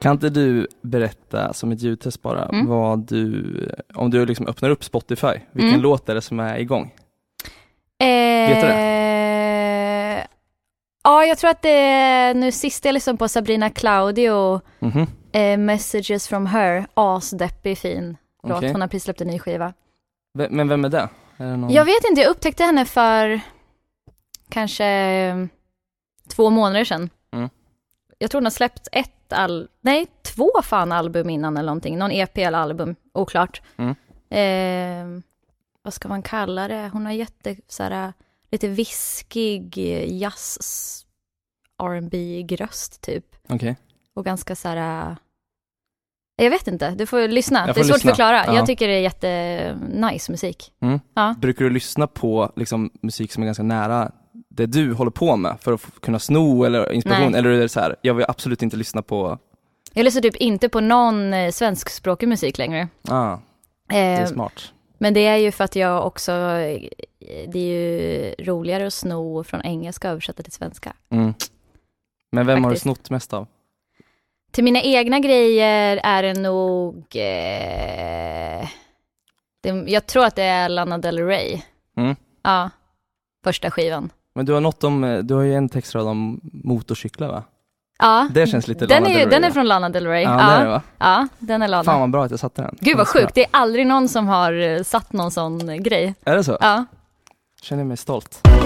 Kan inte du berätta som ett ljudtest bara, Mm. vad du, om du liksom öppnar upp Spotify, vilken Mm. låt är det som är igång? Vet du Eh, Ja, jag tror att det är nu sist jag lyssnade på Sabrina Claudio, Mhm. eh, Messages from her, asdeppig fin låt. Okej. Hon har precis släppt en ny skiva. Ve- Men vem är det? Är det någon... Jag vet inte, jag upptäckte henne för kanske eh, två månader sedan. Mm. Jag tror hon har släppt ett, al- nej två fan album innan eller någonting, någon EP eller album, oklart. Mm. Eh, vad ska man kalla det? Hon har jätte, så här, lite viskig eh, jazz, R&B röst typ. Okej. Och ganska så här... eh, Jag vet inte, du får lyssna. Jag det är får svårt lyssna. att förklara. Ja. Mm. Jag tycker det är jättenice musik. Brukar du lyssna på liksom, musik som är ganska nära det du håller på med för att f- kunna sno eller inspiration? Nej. Eller är det så här, jag vill absolut inte lyssna på, Jag lyssnar typ inte på någon eh, svenskspråkig musik längre. ah, det är Eh, smart. men det är ju för att jag också, eh, det är ju roligare att sno från engelska och översätta till svenska. Mm. Men vem har du faktiskt. snott mest av? Till mina egna grejer är det nog, eh, det, jag tror att det är Lana Del Rey. Mm. Ja, första skivan. Men du har något om, eh, du har ju en textrad om motorcyklar va? Ja, Det känns lite Ah. den Lana är, Del ju- Rey, den är va? från Lana Del Rey. Ja, Ja, Det är det, va? ja, den är Lana. Fan vad bra att jag satte den. Gud vad Fan, sjukt, det är aldrig någon som har eh, satt någon sån grej. Är det så? Ja. Känner mig stolt.